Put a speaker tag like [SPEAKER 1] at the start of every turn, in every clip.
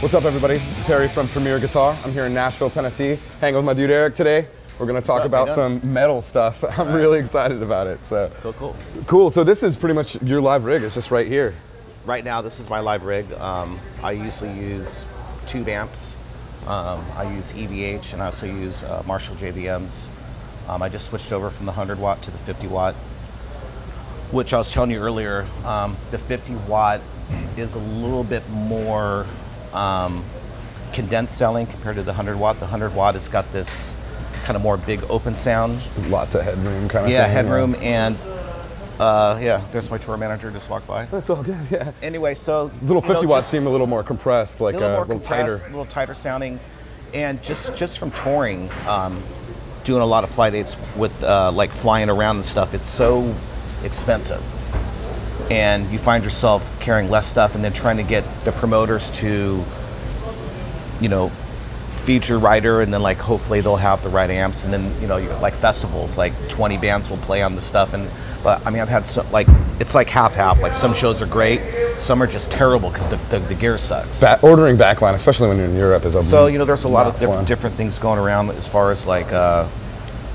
[SPEAKER 1] What's up, everybody? This is Perry from Premier Guitar. I'm here in Nashville, Tennessee, hanging with my dude Eric today. We're gonna talk
[SPEAKER 2] up?
[SPEAKER 1] about
[SPEAKER 2] How
[SPEAKER 1] some
[SPEAKER 2] you
[SPEAKER 1] metal stuff. I'm really excited about it. So
[SPEAKER 2] Cool, cool.
[SPEAKER 1] cool. So this is pretty much your live rig. It's just right here.
[SPEAKER 2] Right now, this is my live rig. Um, I usually use tube amps. Um, I use EVH, and I also use uh, Marshall JBMs. Um, I just switched over from the 100 watt to the 50 watt, which I was telling you earlier. Um, the 50 watt is a little bit more um, condensed selling compared to the 100 watt. The 100 watt has got this kind of more big open sound.
[SPEAKER 1] Lots of headroom, kind of.
[SPEAKER 2] Yeah,
[SPEAKER 1] thing.
[SPEAKER 2] headroom, and uh, yeah, there's my tour manager just walked by.
[SPEAKER 1] It's all good. Yeah.
[SPEAKER 2] Anyway, so
[SPEAKER 1] These little 50
[SPEAKER 2] you know,
[SPEAKER 1] watts seem a little more compressed, like uh,
[SPEAKER 2] just
[SPEAKER 1] a
[SPEAKER 2] a little more
[SPEAKER 1] little
[SPEAKER 2] compressed,
[SPEAKER 1] tighter.
[SPEAKER 2] a little tighter sounding, and just just from touring, um, doing a lot of flight aids with uh, like flying around and stuff. It's so expensive, and you find yourself carrying less stuff, and then trying to get the promoters to, you know. Feature writer, and then like hopefully they'll have the right amps, and then you know you- like festivals, like 20 bands will play on the stuff, and but I mean I've had so, like it's like half half. Like some shows are great, some are just terrible because the, the the gear sucks.
[SPEAKER 1] Ba- ordering backline, especially when you're in Europe, is a
[SPEAKER 2] So you know, there's a lot of
[SPEAKER 1] Mm-hmm. not
[SPEAKER 2] different,
[SPEAKER 1] fun.
[SPEAKER 2] different things going around as far as like, uh,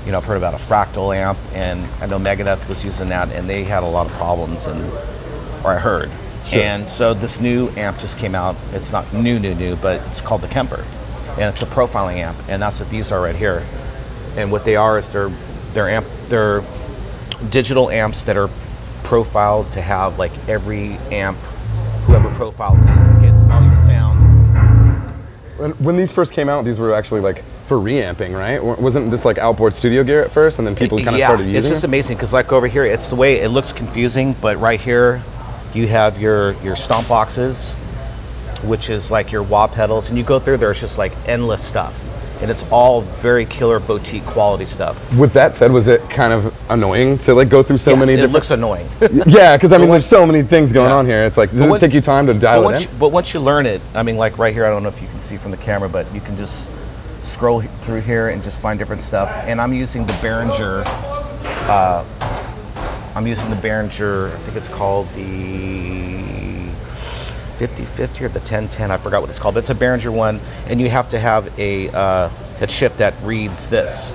[SPEAKER 2] you know, I've heard about a fractal amp, and I know Megadeth was using that, and they had a lot of problems, and or I heard.
[SPEAKER 1] Sure.
[SPEAKER 2] And so this new amp just came out. It's not new, new, new, but it's called the Kemper, and it's a profiling amp, and that's what these are right here. And what they are is they're they're amp they're digital amps that are profiled to have like every amp, whoever profiles it, get all your sound
[SPEAKER 1] When, when these first came out, these were actually like for reamping, right? W- Wasn't this like outboard studio gear at first, and then people kind of
[SPEAKER 2] yeah,
[SPEAKER 1] started using
[SPEAKER 2] it's just
[SPEAKER 1] it?
[SPEAKER 2] amazing because like over here, it's the way it looks confusing, but right here, you have your your stomp boxes, which is like your wah pedals, and you go through there. It's just like endless stuff, and it's all very killer boutique quality stuff.
[SPEAKER 1] With that said, was it kind of annoying to like go through so
[SPEAKER 2] Yes,
[SPEAKER 1] many
[SPEAKER 2] it
[SPEAKER 1] different?
[SPEAKER 2] looks annoying.
[SPEAKER 1] yeah, because I mean, there's so many things going
[SPEAKER 2] Yeah.
[SPEAKER 1] on here. It's like, does
[SPEAKER 2] But
[SPEAKER 1] it
[SPEAKER 2] when-
[SPEAKER 1] take you time to
[SPEAKER 2] but
[SPEAKER 1] dial it in?
[SPEAKER 2] once you, but once you learn it, I mean, like right here, I don't know if you can see from the camera, but you can just scroll he- through here and just find different stuff. And I'm using the Behringer. Uh, I'm using the Behringer. I think it's called the 5050 or the 1010. I forgot what it's called, but it's a Behringer one, and you have to have a uh, a chip that reads this,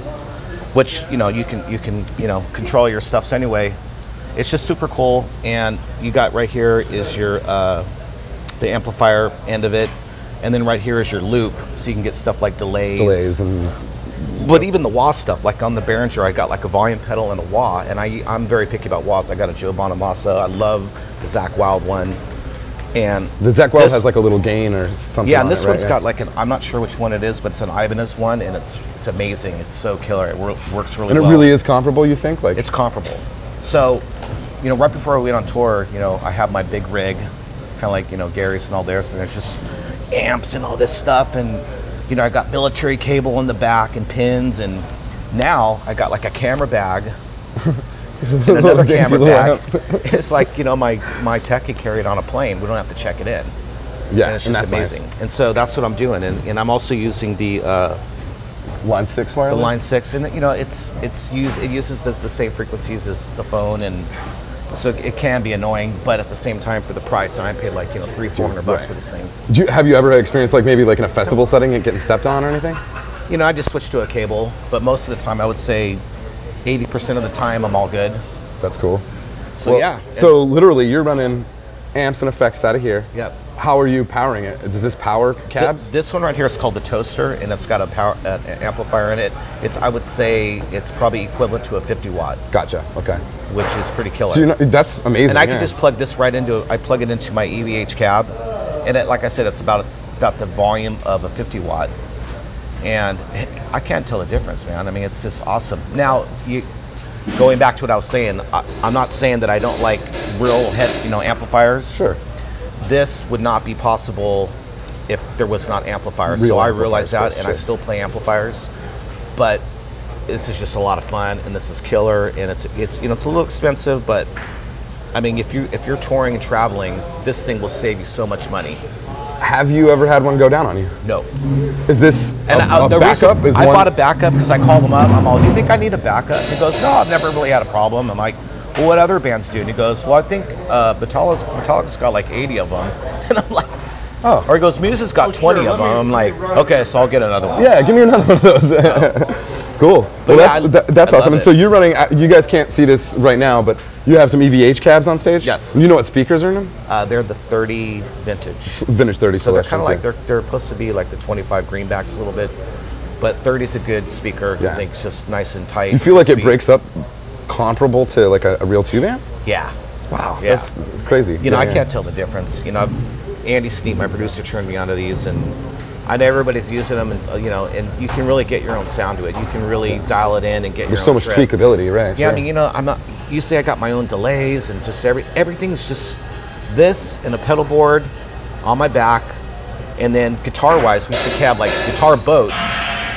[SPEAKER 2] which you know you can you can you know control your stuff. So anyway, it's just super cool. And you got right here is your uh, the amplifier end of it, and then right here is your loop, so you can get stuff like delays.
[SPEAKER 1] Delays and
[SPEAKER 2] But even the wah stuff, like on the Behringer, I got like a volume pedal and a wah, and I I'm very picky about wahs. I got a Joe Bonamassa. I love the Zach Wild one, and
[SPEAKER 1] the Zach Wild
[SPEAKER 2] this-
[SPEAKER 1] has like a little gain or something.
[SPEAKER 2] yeah,
[SPEAKER 1] on
[SPEAKER 2] and this
[SPEAKER 1] it, right?
[SPEAKER 2] one's
[SPEAKER 1] Yeah.
[SPEAKER 2] got like an I'm not sure which one it is, but it's an Ibanez one, and it's it's amazing. It's so killer. It wor- works really
[SPEAKER 1] And it
[SPEAKER 2] well.
[SPEAKER 1] really is comparable, you think? Like,
[SPEAKER 2] It's comparable. So, you know, right before we went on tour, you know, I have my big rig, kind of like you know Gary's and all theirs, and there's just amps and all this stuff, and you know, I got military cable in the back and pins, and now I got like a camera bag and another
[SPEAKER 1] Dainty
[SPEAKER 2] camera
[SPEAKER 1] little
[SPEAKER 2] bag.
[SPEAKER 1] amps.
[SPEAKER 2] it's like you know my my tech could carry it on a plane. We don't have to check it in.
[SPEAKER 1] Yeah,
[SPEAKER 2] and it's
[SPEAKER 1] and that's
[SPEAKER 2] just
[SPEAKER 1] nice.
[SPEAKER 2] amazing. And so that's what I'm doing, and, and I'm also using the uh,
[SPEAKER 1] line six wireless.
[SPEAKER 2] the Line Six, and you know it's it's use it uses the, the same frequencies as the phone, and so it can be annoying, but at the same time for the price, and I paid like you know three four hundred bucks
[SPEAKER 1] right.
[SPEAKER 2] for the same.
[SPEAKER 1] Do you, have you ever experienced like maybe like in a festival setting and getting stepped on or anything?
[SPEAKER 2] You know, I just switched to a cable, but most of the time I would say eighty percent of the time I'm all good.
[SPEAKER 1] That's cool.
[SPEAKER 2] So
[SPEAKER 1] Well,
[SPEAKER 2] yeah,
[SPEAKER 1] So literally, you're running amps and effects out of here.
[SPEAKER 2] Yep.
[SPEAKER 1] How are you powering it? Does this power cabs?
[SPEAKER 2] Th- This one right here is called the toaster, and it's got a power uh, an amplifier in it. It's I would say it's probably equivalent to a 50 watt,
[SPEAKER 1] gotcha. Okay.
[SPEAKER 2] which is pretty killer.
[SPEAKER 1] So you're not, that's amazing.
[SPEAKER 2] and I
[SPEAKER 1] yeah.
[SPEAKER 2] can just plug this right into I plug it into my EVH cab, and it, like I said, it's about about the volume of a 50 watt, and I can't tell the difference, man. I mean, it's just awesome. Now you. Going back to what I was saying, I, I'm not saying that I don't like real head, you know, amplifiers
[SPEAKER 1] sure.
[SPEAKER 2] this would not be possible if there was not amplifiers.
[SPEAKER 1] Real
[SPEAKER 2] so I
[SPEAKER 1] amplifiers,
[SPEAKER 2] realized that,
[SPEAKER 1] for
[SPEAKER 2] and I
[SPEAKER 1] sure.
[SPEAKER 2] still play amplifiers. But this is just a lot of fun, and this is killer, and it's it's you know it's a little expensive, but I mean if you if you're touring and traveling, this thing will save you so much money.
[SPEAKER 1] Have you ever had one go down on you?
[SPEAKER 2] No,
[SPEAKER 1] Is this
[SPEAKER 2] and
[SPEAKER 1] a,
[SPEAKER 2] I- uh,
[SPEAKER 1] a
[SPEAKER 2] the reason
[SPEAKER 1] backup? is
[SPEAKER 2] I
[SPEAKER 1] one,
[SPEAKER 2] bought a backup because I called him up. I'm all, do you think I need a backup? He goes, no, I've never really had a problem. I'm like, well, what other bands do? And he goes, well, I think uh, Metallica, Metallica's got like 80 of them. And I'm like,
[SPEAKER 1] Oh.
[SPEAKER 2] Or he goes, Muse's got
[SPEAKER 3] Oh,
[SPEAKER 2] 20
[SPEAKER 3] sure,
[SPEAKER 2] of them.
[SPEAKER 3] let me-
[SPEAKER 2] I'm
[SPEAKER 3] let me
[SPEAKER 2] like,
[SPEAKER 3] run it.
[SPEAKER 2] okay, so I'll get another one.
[SPEAKER 1] Yeah, give me another one of those. cool.
[SPEAKER 2] But
[SPEAKER 1] Well,
[SPEAKER 2] yeah,
[SPEAKER 1] that's
[SPEAKER 2] I-
[SPEAKER 1] that, that's
[SPEAKER 2] I love
[SPEAKER 1] awesome. And
[SPEAKER 2] it.
[SPEAKER 1] so you're running. uh, You guys can't see this right now, but you have some EVH cabs on stage.
[SPEAKER 2] Yes.
[SPEAKER 1] You know what speakers are in them?
[SPEAKER 2] Uh, they're the 30 vintage.
[SPEAKER 1] Vintage thirty
[SPEAKER 2] So they're
[SPEAKER 1] selections.
[SPEAKER 2] kind of like
[SPEAKER 1] yeah.
[SPEAKER 2] they're, they're supposed to be like the 25 greenbacks a little bit, but 30 is a good speaker.
[SPEAKER 1] Yeah.
[SPEAKER 2] I think it's just nice and tight.
[SPEAKER 1] You feel like it breaks up comparable to like a, a real two amp?
[SPEAKER 2] Yeah.
[SPEAKER 1] Wow,
[SPEAKER 2] Yeah.
[SPEAKER 1] that's that's crazy.
[SPEAKER 2] You know,
[SPEAKER 1] Yeah,
[SPEAKER 2] I
[SPEAKER 1] yeah.
[SPEAKER 2] can't tell the difference. You know, I've- Andy Sneap, my producer, turned me onto these, and I know everybody's using them, and uh, you know, and you can really get your own sound to it. You can really dial it in and get.
[SPEAKER 1] There's
[SPEAKER 2] your
[SPEAKER 1] so
[SPEAKER 2] own
[SPEAKER 1] much
[SPEAKER 2] trip.
[SPEAKER 1] tweakability, right?
[SPEAKER 2] Yeah,
[SPEAKER 1] sure.
[SPEAKER 2] I mean, you know, I'm not. Usually, I got my own delays and just every everything's just this and a pedal board on my back, and then guitar-wise, we used to have like guitar boats,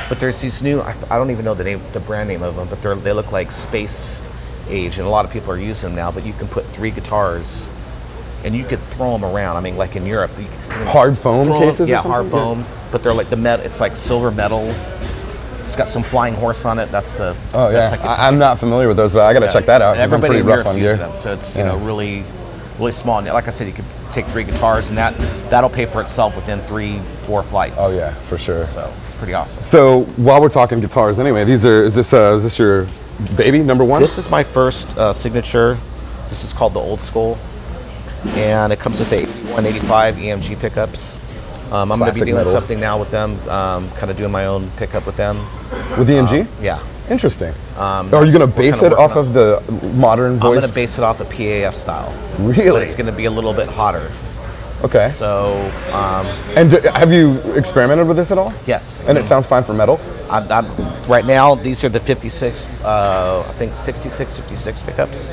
[SPEAKER 2] but there's these new. I, I don't even know the name, the brand name of them, but they're they look like space age, and a lot of people are using them now. But you can put three guitars. And you could throw them around. I mean, like in Europe, you can see them
[SPEAKER 1] Hard
[SPEAKER 2] just
[SPEAKER 1] foam
[SPEAKER 2] throw 'em-
[SPEAKER 1] cases or
[SPEAKER 2] Yeah,
[SPEAKER 1] something?
[SPEAKER 2] hard
[SPEAKER 1] Yeah.
[SPEAKER 2] foam, but they're like the metal. It's like silver metal. It's got some flying horse on it. That's the.
[SPEAKER 1] oh yeah,
[SPEAKER 2] That's like the
[SPEAKER 1] I, am not familiar with those, but I gotta check that out. 'cause I'm pretty
[SPEAKER 2] Everybody in
[SPEAKER 1] rough
[SPEAKER 2] Europe's
[SPEAKER 1] on
[SPEAKER 2] using
[SPEAKER 1] gear.
[SPEAKER 2] them, so it's you
[SPEAKER 1] Yeah.
[SPEAKER 2] know really, really small. And like I said, you could take three guitars, and that that'll pay for itself within three, four flights.
[SPEAKER 1] Oh yeah, for sure.
[SPEAKER 2] So it's pretty awesome.
[SPEAKER 1] So while we're talking guitars, anyway, these are is this uh, is this your baby number one?
[SPEAKER 2] This is my first uh, signature. This is called the old school, and it comes with a 185 EMG E pickups. Um, I'm going to
[SPEAKER 1] Classic
[SPEAKER 2] be doing
[SPEAKER 1] metal.
[SPEAKER 2] something now with them, um, kind of doing my own pickup with them.
[SPEAKER 1] with EMG.
[SPEAKER 2] Yeah.
[SPEAKER 1] Interesting.
[SPEAKER 2] Um,
[SPEAKER 1] are you gonna
[SPEAKER 2] we're
[SPEAKER 1] base
[SPEAKER 2] kinda
[SPEAKER 1] it off of
[SPEAKER 2] working
[SPEAKER 1] the modern
[SPEAKER 2] I'm
[SPEAKER 1] voice?
[SPEAKER 2] going to base it off a PAF style.
[SPEAKER 1] Really?
[SPEAKER 2] But it's going to be a little bit hotter.
[SPEAKER 1] Okay.
[SPEAKER 2] So, um,
[SPEAKER 1] and d have you experimented with this at all?
[SPEAKER 2] yes.
[SPEAKER 1] And it sounds fine for metal.
[SPEAKER 2] I'm, I'm, right now, these are the 56, uh, I think 66, 56 pickups.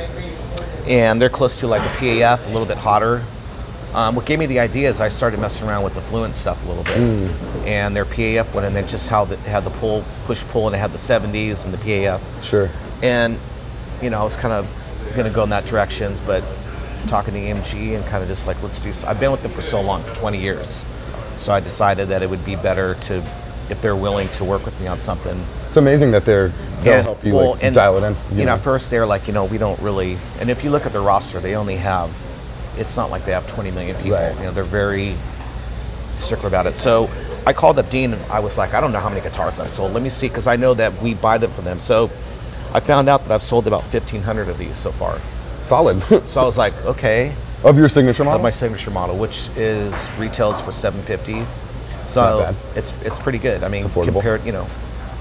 [SPEAKER 2] And they're close to like a PAF, a little bit hotter. Um, what gave me the idea is I started messing around with the Fluent stuff a little bit. And their PAF one, and then just how the, had the pull, push pull, and it had the 70s and the PAF.
[SPEAKER 1] Sure.
[SPEAKER 2] And, you know, I was kind of going to go in that direction, but talking to EMG and kind of just like, let's do, I've been with them for so long, for 20 years. So I decided that it would be better to, if they're willing to work with me on something.
[SPEAKER 1] It's amazing that they're they'll
[SPEAKER 2] And-
[SPEAKER 1] help you
[SPEAKER 2] well,
[SPEAKER 1] like,
[SPEAKER 2] and,
[SPEAKER 1] dial it in.
[SPEAKER 2] You, know, at first they're like, you know, we don't really, and if you look at the roster, they only have, it's not like they have 20 million people.
[SPEAKER 1] Right.
[SPEAKER 2] You know, they're very circular about it. So I called up Dean and I was like, I don't know how many guitars I've sold. Let me see, because I know that we buy them for them. So I found out that I've sold about 1,500 of these so far.
[SPEAKER 1] solid
[SPEAKER 2] So I was like, okay,
[SPEAKER 1] of your signature model.
[SPEAKER 2] of my signature model, which is retails for 750.
[SPEAKER 1] Not
[SPEAKER 2] So
[SPEAKER 1] bad.
[SPEAKER 2] it's it's pretty good. I mean,
[SPEAKER 1] affordable.
[SPEAKER 2] compared, you know,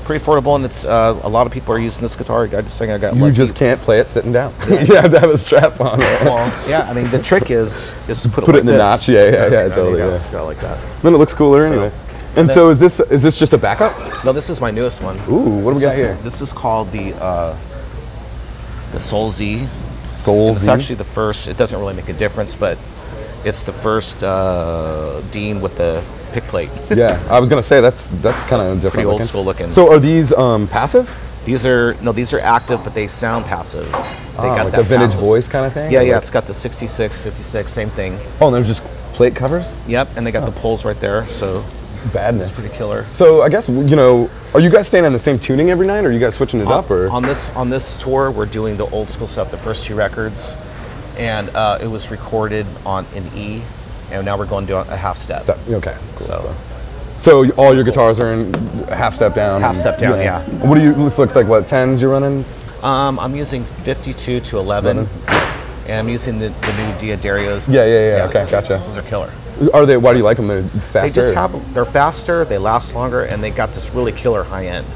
[SPEAKER 2] pretty affordable, and it's uh, a lot of people are using this guitar. I just think I got
[SPEAKER 1] you
[SPEAKER 2] lucky.
[SPEAKER 1] just can't play it sitting down. you have to have a strap on.
[SPEAKER 2] Well, yeah. I mean, the trick is is to put,
[SPEAKER 1] Put it
[SPEAKER 2] it like
[SPEAKER 1] in the
[SPEAKER 2] this.
[SPEAKER 1] notch, yeah, yeah, yeah,
[SPEAKER 2] I mean, I mean,
[SPEAKER 1] totally,
[SPEAKER 2] you gotta-
[SPEAKER 1] yeah.
[SPEAKER 2] you gotta like that.
[SPEAKER 1] then it looks cooler anyway. And so is this is this just a backup?
[SPEAKER 2] No, this is my newest one.
[SPEAKER 1] Ooh, what do we
[SPEAKER 2] This
[SPEAKER 1] got
[SPEAKER 2] is-
[SPEAKER 1] here?
[SPEAKER 2] This is called the uh, the Soul Z.
[SPEAKER 1] Soul
[SPEAKER 2] It's
[SPEAKER 1] Z.
[SPEAKER 2] actually the first. It doesn't really make a difference, but it's the first uh, Dean with the pick plate.
[SPEAKER 1] yeah, I was gonna say that's that's kind of different.
[SPEAKER 2] old
[SPEAKER 1] looking.
[SPEAKER 2] school looking.
[SPEAKER 1] So are these um, passive?
[SPEAKER 2] These are no, these are active, but they sound passive. They
[SPEAKER 1] Ah, like the vintage voice kinda thing?
[SPEAKER 2] Yeah,
[SPEAKER 1] Or
[SPEAKER 2] yeah.
[SPEAKER 1] like-
[SPEAKER 2] It's got the 66, 56, same thing.
[SPEAKER 1] Oh, and they're just plate covers.
[SPEAKER 2] Yep, and they got the poles right there, so
[SPEAKER 1] Badness.
[SPEAKER 2] pretty killer.
[SPEAKER 1] So I guess you know, are you guys staying on the same tuning every night, or are you guys switching it up, or
[SPEAKER 2] Uh, on this on this tour, we're doing the old school stuff, the first two records, and uh, it was recorded on an E, and now we're going to a half step.
[SPEAKER 1] step? Okay, cool. So,
[SPEAKER 2] So-
[SPEAKER 1] so, you- all your guitars are in half step down.
[SPEAKER 2] Half step down, yeah.
[SPEAKER 1] What do you? This looks like what tens you're running.
[SPEAKER 2] Um, I'm using 52 to 11, and I'm using the, the new Diodarios.
[SPEAKER 1] Yeah, yeah, yeah, okay, gotcha.
[SPEAKER 2] Those are killer.
[SPEAKER 1] Are they? Why do you like them? They're faster.
[SPEAKER 2] They just have they're faster, they last longer, and they got this really killer high end.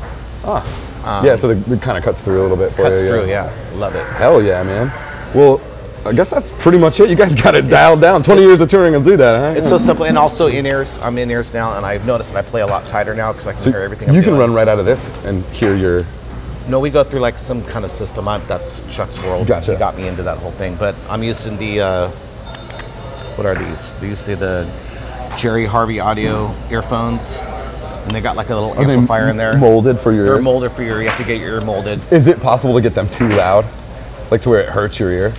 [SPEAKER 1] Oh, Ah. yeah, so the- it kind of cuts through a little bit for
[SPEAKER 2] Um, Cuts
[SPEAKER 1] you.
[SPEAKER 2] through, yeah. Love it.
[SPEAKER 1] Hell yeah, man. Well, I guess that's pretty much it. You guys got it dialed down. 20 years of touring will do that, huh?
[SPEAKER 2] It's so simple, and also in ears. I'm in ears now, and I've noticed that I play a lot tighter now because I can
[SPEAKER 1] So
[SPEAKER 2] hear everything. I'm
[SPEAKER 1] you can
[SPEAKER 2] doing.
[SPEAKER 1] run right out of this and hear your.
[SPEAKER 2] No, we go through like some kind of system. I, that's Chuck's world.
[SPEAKER 1] Gotcha.
[SPEAKER 2] He got me into that whole thing, but I'm using the uh, what are these? These are the Jerry Harvey audio earphones, and they got like a little
[SPEAKER 1] Are they
[SPEAKER 2] amplifier in there.
[SPEAKER 1] molded for your
[SPEAKER 2] They're
[SPEAKER 1] ears?
[SPEAKER 2] molded for your. You have to get your ear molded.
[SPEAKER 1] Is it possible to get them too loud, like to where it hurts your ear?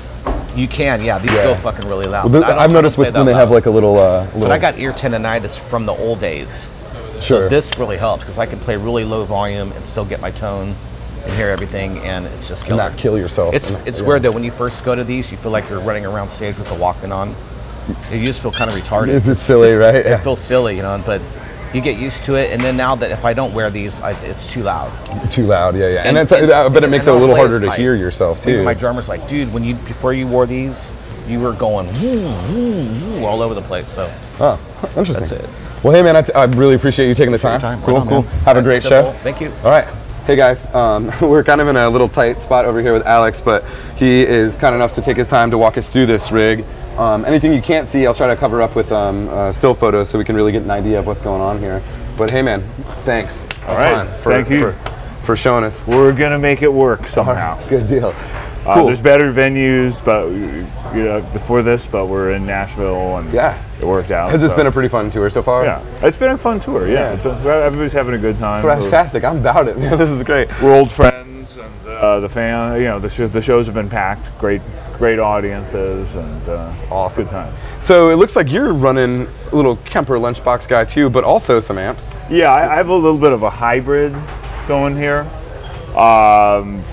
[SPEAKER 2] You can, yeah. These
[SPEAKER 1] Yeah.
[SPEAKER 2] go fucking really loud.
[SPEAKER 1] Well,
[SPEAKER 2] but I don't-
[SPEAKER 1] I've
[SPEAKER 2] I
[SPEAKER 1] noticed
[SPEAKER 2] don't
[SPEAKER 1] with
[SPEAKER 2] play
[SPEAKER 1] when
[SPEAKER 2] that
[SPEAKER 1] they have
[SPEAKER 2] loud.
[SPEAKER 1] like a little, uh, little.
[SPEAKER 2] But I got ear tendonitis from the old days.
[SPEAKER 1] sure.
[SPEAKER 2] This really helps because I can play really low volume and still get my tone and hear everything, and it's just killer.
[SPEAKER 1] not kill yourself.
[SPEAKER 2] It's
[SPEAKER 1] And-
[SPEAKER 2] it's
[SPEAKER 1] yeah.
[SPEAKER 2] weird though when you first go to these, you feel like you're running around stage with the Walkman on, you just feel kind of retarded.
[SPEAKER 1] This is silly, right?
[SPEAKER 2] I feel silly, you know, but you get used to it. And then now that if I don't wear these, I, it's too loud.
[SPEAKER 1] Too loud, yeah, yeah. And,
[SPEAKER 2] And-
[SPEAKER 1] that's,
[SPEAKER 2] and-
[SPEAKER 1] I bet it
[SPEAKER 2] and
[SPEAKER 1] makes it a
[SPEAKER 2] then I'll
[SPEAKER 1] little
[SPEAKER 2] play
[SPEAKER 1] harder
[SPEAKER 2] as
[SPEAKER 1] to
[SPEAKER 2] tight.
[SPEAKER 1] hear yourself
[SPEAKER 2] Even
[SPEAKER 1] too.
[SPEAKER 2] my drummer's like, dude, when you before you wore these, you were going woo, woo, all over the place. So
[SPEAKER 1] Oh, interesting.
[SPEAKER 2] That's it.
[SPEAKER 1] Well, hey man, I, t- I really appreciate you taking the time.
[SPEAKER 2] your time. Right
[SPEAKER 1] Cool,
[SPEAKER 2] on,
[SPEAKER 1] cool.
[SPEAKER 2] man.
[SPEAKER 1] Have a
[SPEAKER 2] Nice
[SPEAKER 1] great
[SPEAKER 2] to
[SPEAKER 1] show.
[SPEAKER 2] double. Thank you.
[SPEAKER 1] All right. Hey guys, um, we're kind of in a little tight spot over here with Alex, but he is kind enough to take his time to walk us through this rig. Um, anything you can't see, I'll try to cover up with um, uh, still photos so we can really get an idea of what's going on here. But hey man, thanks. a
[SPEAKER 3] All
[SPEAKER 1] ton
[SPEAKER 3] right.
[SPEAKER 1] for,
[SPEAKER 3] Thank you.
[SPEAKER 1] For, for showing us.
[SPEAKER 3] We're gonna make it work somehow.
[SPEAKER 1] Good deal.
[SPEAKER 3] Uh,
[SPEAKER 1] cool.
[SPEAKER 3] There's better venues, but you know, before this, but we're in Nashville and
[SPEAKER 1] Yeah.
[SPEAKER 3] it worked out.
[SPEAKER 1] Has this
[SPEAKER 3] so-
[SPEAKER 1] been a pretty fun tour so far?
[SPEAKER 3] uh, yeah? It's been a fun tour. Yeah,
[SPEAKER 1] Yeah.
[SPEAKER 3] It's been- everybody's having a good time. We're,
[SPEAKER 1] Fantastic. I'm about it, man. This is great.
[SPEAKER 3] we're old friends, and uh, the fan, you know, the, sh- the shows have been packed. Great, great audiences, and uh,
[SPEAKER 1] awesome.
[SPEAKER 3] Good time.
[SPEAKER 1] So it looks like you're running a little Kemper lunchbox guy too, but also some amps.
[SPEAKER 3] Yeah, I, I have a little bit of a hybrid going here. Um,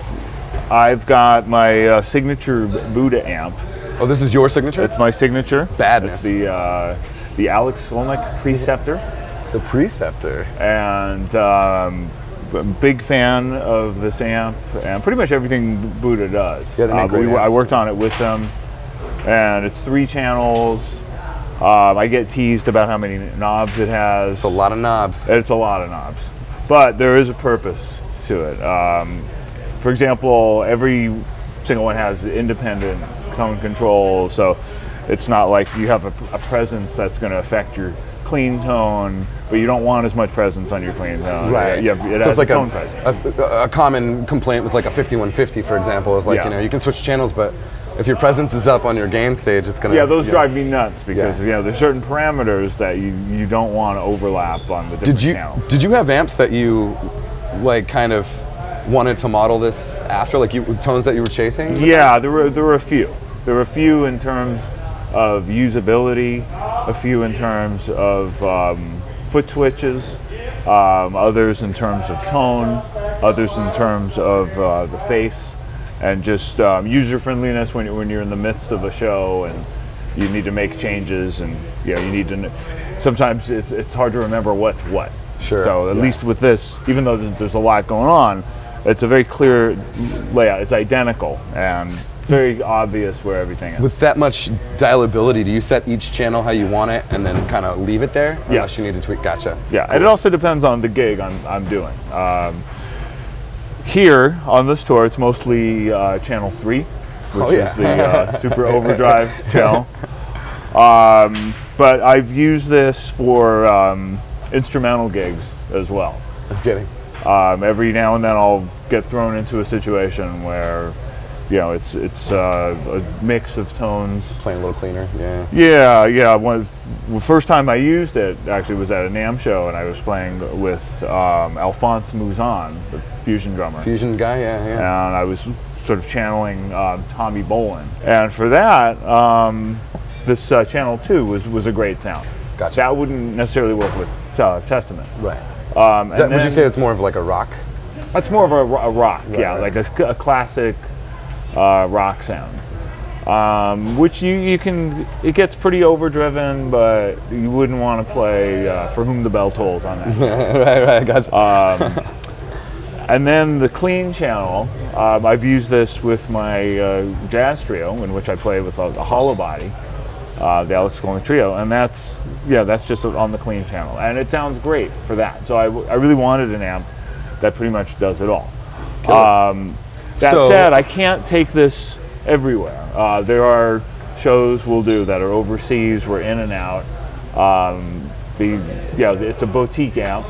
[SPEAKER 3] I've got my uh, signature Buddha amp.
[SPEAKER 1] Oh, this is your signature?
[SPEAKER 3] It's my signature.
[SPEAKER 1] Badness.
[SPEAKER 3] It's the uh, the Alex Slomek Preceptor.
[SPEAKER 1] the Preceptor.
[SPEAKER 3] and um, b- big fan of this amp and pretty much everything Buddha does. Uh,
[SPEAKER 1] Yeah, they make
[SPEAKER 3] but we-
[SPEAKER 1] great
[SPEAKER 3] I
[SPEAKER 1] amps.
[SPEAKER 3] worked on it with them, and it's three channels. Um, I get teased about how many knobs it has.
[SPEAKER 1] It's a lot of knobs.
[SPEAKER 3] It's a lot of knobs, but there is a purpose to it. Um, for example, every single one has independent tone control, so it's not like you have a, a presence that's going to affect your clean tone, but you don't want as much presence on your clean tone. Yeah, yeah, it
[SPEAKER 1] so
[SPEAKER 3] has
[SPEAKER 1] it's like
[SPEAKER 3] its
[SPEAKER 1] a,
[SPEAKER 3] own presence.
[SPEAKER 1] a, a common complaint with like a 5150, for example, is like,
[SPEAKER 3] Yeah.
[SPEAKER 1] you know, you can switch channels, but if your presence is up on your gain stage, it's going to.
[SPEAKER 3] yeah, those drive me nuts because
[SPEAKER 1] Yeah.
[SPEAKER 3] you know there's certain parameters that you, you don't want to overlap on the different
[SPEAKER 1] Did you,
[SPEAKER 3] channels.
[SPEAKER 1] did you have amps that you like kind of wanted to model this after? Like you, tones that you were chasing?
[SPEAKER 3] Yeah, there were there were a few. There were a few in terms of usability, a few in terms of um, foot switches, um, others in terms of tone, others in terms of uh, the face, and just um, user friendliness when you- when you're in the midst of a show and you need to make changes and you know you need to. kn- Sometimes it's it's hard to remember what's what.
[SPEAKER 1] Sure,
[SPEAKER 3] So at
[SPEAKER 1] yeah.
[SPEAKER 3] least with this, even though there's there's a lot going on, it's a very clear layout. It's identical and very obvious where everything is.
[SPEAKER 1] With that much dialability, do you set each channel how you want it and then kind of leave it there? Unless you need to tweak. Gotcha.
[SPEAKER 3] yeah, and it also depends on the gig I'm, I'm doing. Um, here on this tour, it's mostly uh, channel three, which
[SPEAKER 1] Oh, yeah.
[SPEAKER 3] is the uh, super overdrive channel. Um, but I've used this for um, instrumental gigs as well.
[SPEAKER 1] I'm kidding.
[SPEAKER 3] um, every now and then I'll get thrown into a situation where, you know, it's it's uh, a mix of tones.
[SPEAKER 1] Playing a little cleaner. Yeah.
[SPEAKER 3] Yeah, yeah. One the first time I used it actually was at a Nam show, and I was playing with um, Alphonse Mouzon, the fusion drummer,
[SPEAKER 1] Fusion guy. Yeah, yeah.
[SPEAKER 3] and I was sort of channeling um, Tommy Bolin. And for that, um, this uh, channel two was was a great sound.
[SPEAKER 1] Gotcha.
[SPEAKER 3] That wouldn't necessarily work with uh, Testament.
[SPEAKER 1] Right.
[SPEAKER 3] Um,
[SPEAKER 1] Is that,
[SPEAKER 3] and
[SPEAKER 1] would you
[SPEAKER 3] then-
[SPEAKER 1] say that's more of like a rock?
[SPEAKER 3] That's more of a, ro- a rock, yeah,
[SPEAKER 1] right.
[SPEAKER 3] like a, a classic uh, rock sound, um, which you, you can. It gets pretty overdriven, but you wouldn't want to play uh, "For Whom the Bell Tolls" on
[SPEAKER 1] right, right.
[SPEAKER 3] that.
[SPEAKER 1] Gotcha.
[SPEAKER 3] Uh, and then the clean channel. Um, I've used this with my uh, jazz trio, in which I play with a, a hollow body, uh, the Alex Golden trio, and that's yeah, that's just on the clean channel, and it sounds great for that. So I, w- I really wanted an amp that pretty much does it all. Um, that
[SPEAKER 1] So-
[SPEAKER 3] said, I can't take this everywhere. Uh, there are shows we'll do that are overseas. We're in and out. Um, the yeah, it's a boutique amp,